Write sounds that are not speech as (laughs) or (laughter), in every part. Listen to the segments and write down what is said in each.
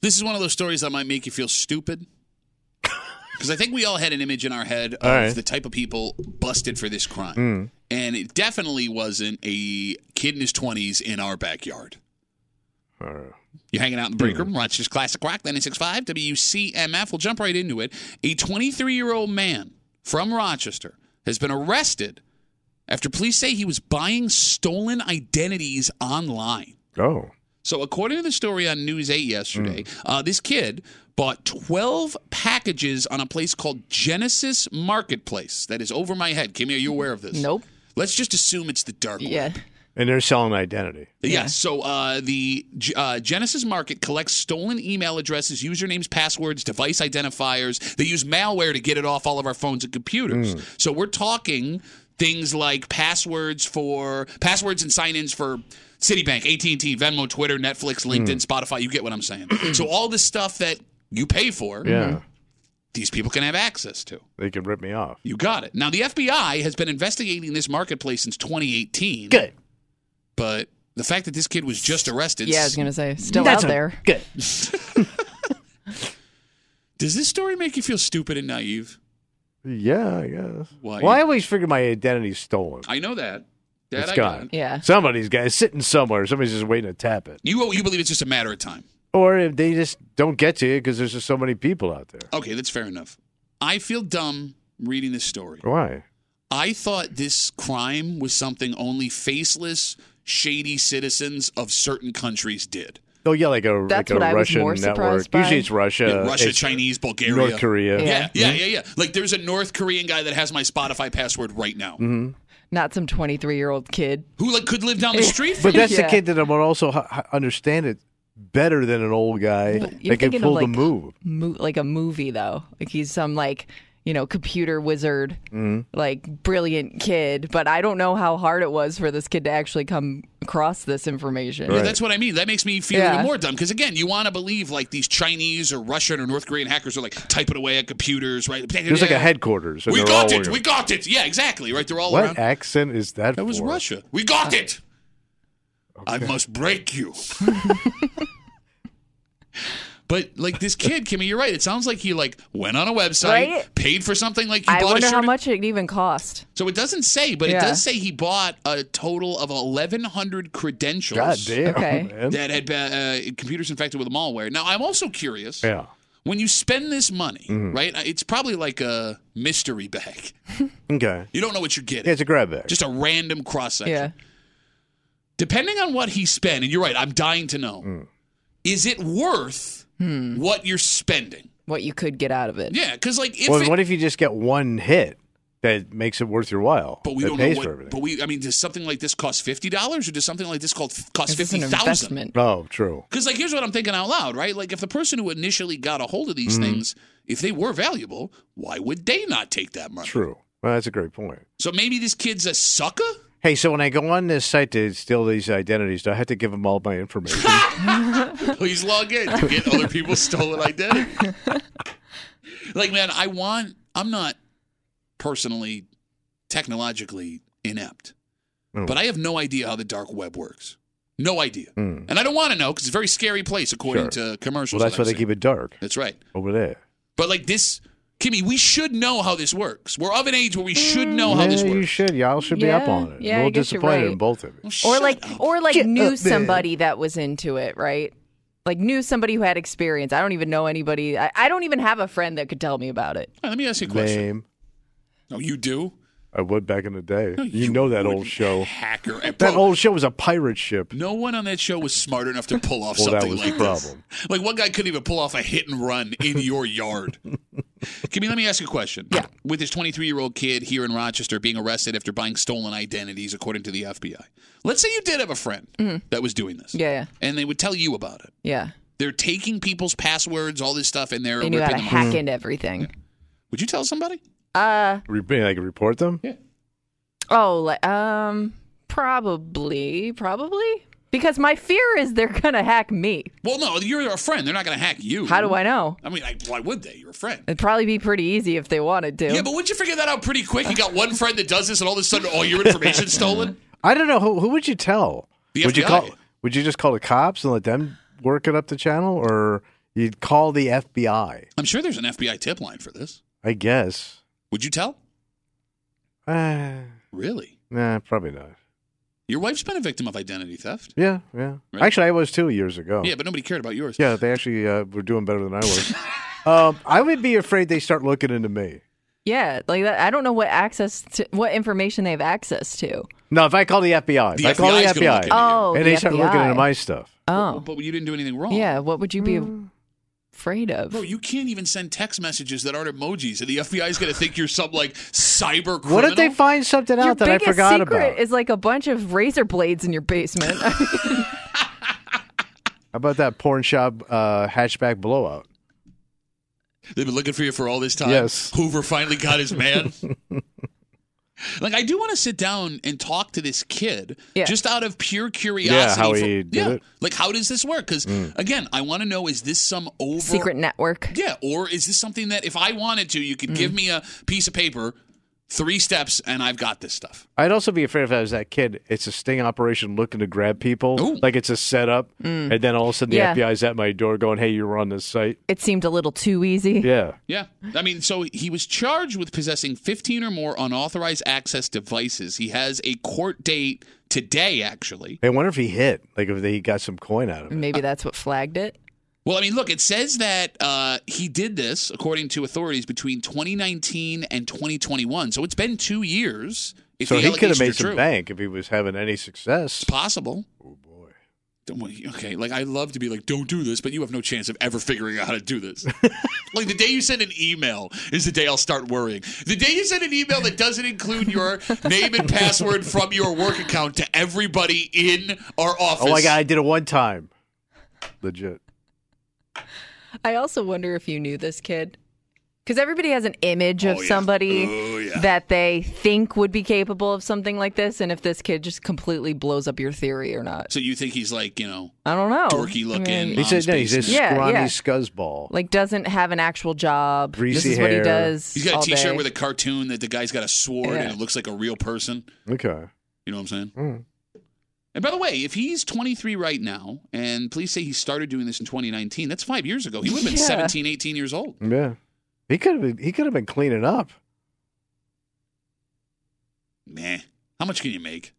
This is one of those stories that might make you feel (laughs) stupid. Because I think we all had an image in our head of All right. Mm. the type of people busted for this crime. And it definitely wasn't a kid in his 20s in our backyard. Uh, You're hanging out in the break Mm. room, Rochester's Classic Rock, 965 WCMF. We'll jump right into it. A 23 year old man from Rochester has been arrested after police say he was buying stolen identities online. oh. So, according to the story on News 8 yesterday, uh, this kid bought 12 packages on a place called Genesis Marketplace. That is over my head. Kimmy, are you aware of this? Nope. Let's just assume it's the dark web. Yeah. And they're selling identity. Yes. Yeah. So uh, the G- uh, Genesis Market collects stolen email addresses, usernames, passwords, device identifiers. They use malware to get it off all of our phones and Hmm. computers. So we're talking things like passwords for passwords and sign-ins for Citibank, AT&T, Venmo, Twitter, Hmm. Netflix, LinkedIn, Spotify. You get what I'm (clears throat) saying. so all this stuff that you pay for, Yeah. Mm-hmm. these people can have access to. They could rip me off. You got it. Now the FBI has been investigating this marketplace since 2018. Good. But the fact that this kid was just arrested Yeah, I was gonna say still That's out a- there. Good. Does this story make you feel stupid and naive? Yeah, I guess. Why? Well, I always figured my identity's stolen. I know that. That It's I gone. got. Yeah. Somebody's got it's sitting somewhere. Somebody's just waiting to tap it. You you believe it's just a matter of time. Or if they just don't get to you because there's just so many people out there. Okay, that's fair enough. I feel dumb reading this story. Why? I thought this crime was something only faceless, shady citizens of certain countries did. Oh yeah, like a like That's a what I was Russian more network. surprised by. Usually it's Russia, Yeah, Russia, Uh, it's Chinese, Bulgaria. North Korea. Mm-hmm. Yeah. Yeah, yeah, yeah, yeah. Like there's a North Korean guy that has my Spotify password right now. Mm-hmm. Not some 23 year old kid. Who like could live down the street from Eh, But that's the Yeah. kid that I would also h- h- understand it better than an old guy You're that can thinking pull of the like move. Mo- like a movie though. Like he's some like you know computer wizard, like brilliant kid. But I don't know how hard it was for this kid to actually come across this information. Yeah, that's what I mean. That makes me feel Yeah. even more dumb because again, you want to believe like these Chinese or Russian or North Korean hackers are like typing away at computers, right? There's like a headquarters. and We they're got all it. working- We got it. Yeah, exactly. Right. They're all what around. accent is that? That was for? Russia. We got it. I must break (laughs) you. but like this kid, Kimmy, you're right. It sounds like he like went on a website, Right? paid for something like you I bought a wonder shirt. how and- much it even cost. So it doesn't say, but it Yeah. does say he bought a total of 1,100 credentials. God damn, Okay. man. that had been uh, computers infected with malware. Now, I'm also curious. Yeah. Mm-hmm. When you spend this money, right? It's probably like a mystery bag. (laughs) Okay. You don't know what you're getting. Yeah, it's a grab bag. Just a random cross section. Yeah. Depending on what he spent, and you're right, I'm dying to know. Mm. Is it worth Hmm. what you're spending? What you could get out of it. Yeah, because like if well, it, what if you just get one hit that makes it worth your while? but we that don't know pays what. for everything. But we, I mean, does something like this cost fifty dollars, or does something like this cost cost Is this fifty an thousand? investment? oh, true. Because like here's what I'm thinking out loud, right? Like if the person who initially got a hold of these Mm-hmm. things, if they were valuable, why would they not take that money? True. Well, that's a great point. So maybe this kid's a sucker. Hey, so when I go on this site to steal these identities, do I have to give them all (laughs) my information? Please log (laughs) in to get other people's stolen identity. (laughs) like man, I want. I'm not personally technologically inept, Mm. but I have no idea how the dark web works. No idea, Mm. and I don't want to know because it's a very scary place according to commercials. well, that's that why I've they seen. keep it dark That's right. over there. But like this, Kimmy, we should know how this works. We're of an age where we should know how yeah, this you works. should. Y'all should be up Yeah, on it. a yeah, I little guess you're disappointed in right. both of you. or Shut like up. or like Shut up, knew man. somebody that was into it right like knew somebody who had experience i don't even know anybody I, I don't even have a friend that could tell me about it All right, let me ask you a question. Name. No, you do. I would back in the day. No, you, know that old wouldn't. show. hacker. And Oh. That bro, old show was a pirate ship. No one on that show was smart enough to pull off Well, that something was the like problem. this. Like one guy couldn't even pull off a hit and run in your yard. Kimmy, let me ask you a question. Yeah. With this 23 year old kid here in Rochester being arrested after buying stolen identities, according to the FBI. Let's say you did have a friend that was doing this. Yeah, yeah. And they would tell you about it. yeah They're taking people's passwords, all this stuff, and they're ripping they knew how to them off. hack into everything Would you tell somebody? uh Re- I could report them. oh like um probably probably because my fear is they're gonna hack me Well, no, you're a friend. They're not going to hack you. how do i know I mean, I, why would they? You're a friend. it'd probably be pretty easy if they wanted to Yeah, but wouldn't you figure that out pretty quick? You got one friend that does this, and all of a sudden, all your information's stolen. I don't know who. Who would you tell? The would you FBI. call? Would you just call the cops and let them work it up the channel, or You'd call the FBI, (laughs) I'm sure there's an FBI tip line for this. I guess. Would you tell? Uh, Really? nah, probably not. Your wife's been a victim of identity theft. Yeah, yeah. Really? Actually, I was two years ago. Yeah, but nobody cared about yours. Oh. Yeah, they actually uh, were doing better than (laughs) I was. um, I would be afraid they start looking into me. Yeah, like that. I don't know what access to what information they have access to. No, if I call the FBI, The if I call the FBI 's gonna FBI, look into Oh, and the they start looking FBI. into my stuff. But- Oh, But, you didn't do anything wrong. yeah. What would you be Mm. afraid of? Bro, you can't even send text messages that aren't emojis, and the FBI's going to think you're some like cyber criminal. What if they find something Your out that I biggest forgot secret about? is like a bunch of razor blades in your basement. (laughs) How about that porn shop uh, hatchback blowout? They've been looking for you for all this time. Yes. Hoover finally got his (laughs) man. like, I do want to sit down and talk to this kid Yeah. just out of pure curiosity. how for- he did yeah. it. Mm. Like, how does this work? Because, again, I want to know is this some over. Secret network. Yeah. Or is this something that if I wanted to, you could Mm. give me a piece of paper, three steps, and I've got this stuff? I'd also be afraid if I was that kid. It's a sting operation looking to grab people, Ooh. Mm. like it's a setup, and then all of a sudden the Yeah. FBI's at my door going, "Hey, you were on this site." It seemed a little too easy. Yeah, Yeah. I mean, so he was charged with possessing 15 or more unauthorized access devices. He has a court date today, actually. I wonder if he hit, like if they got some coin out Mm. of it. Maybe that's what flagged it. Well, I mean, look, it says that uh, he did this, according to authorities, between 2019 and 2021. So it's been two years. If So the he could have allegations made are some true. bank if he was having any success. It's possible. Oh boy. Don't- well, Okay, like I love to be like, don't do this, but you have no chance of ever figuring out how to do (laughs) this. like the day you send an email is the day I'll start worrying. The day you send an email that doesn't include your name and password from your work account to everybody in our office. Oh my god, I did it one time. Legit. I also wonder if you knew this kid. Because everybody has an image of Oh, yeah. somebody Oh, yeah. that they think would be capable of something like this. And if this kid just completely blows up your theory or not, So you think he's like, you know, I don't know. Dorky I looking. mean, He Mom's said, "No, he's a basement. Yeah, scrawny yeah. scuzzball." like, doesn't have an actual job. Greasy this is what he hair. does. he's got a all T-shirt day. with a cartoon that the guy's got a sword and Yeah. it looks like a real person. Okay. Mm, You know what I'm saying? And by the way, if he's 23 right now, and please say he started doing this in 2019, that's five years ago. He would have been Yeah. 17, 18 years old. Yeah. He could have. been- He could have been cleaning up. Meh. How much can you make?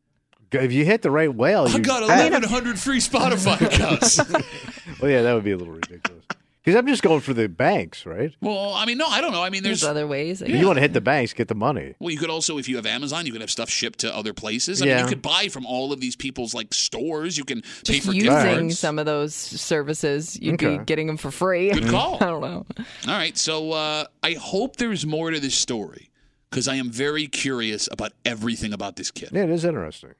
If you hit the right whale, I Oh, you got have- 1,100 free Spotify (laughs) accounts. Well, Oh, yeah, that would be a little ridiculous. Because I'm just going for the banks, right? well, I mean, no, I don't know. I mean, There's, there's. other ways. I You guess. want to hit the banks, get the money. well, you could also, if you have Amazon, you could have stuff shipped to other places. I mean, Yeah. you could buy from all of these people's like stores. You can pay Just for gift using cards. some of those services, you'd Okay. be getting them for free. Good call. (laughs) I don't know. All right, so uh, I hope there's more to this story because I am very curious about everything about this kid. Yeah, it is interesting.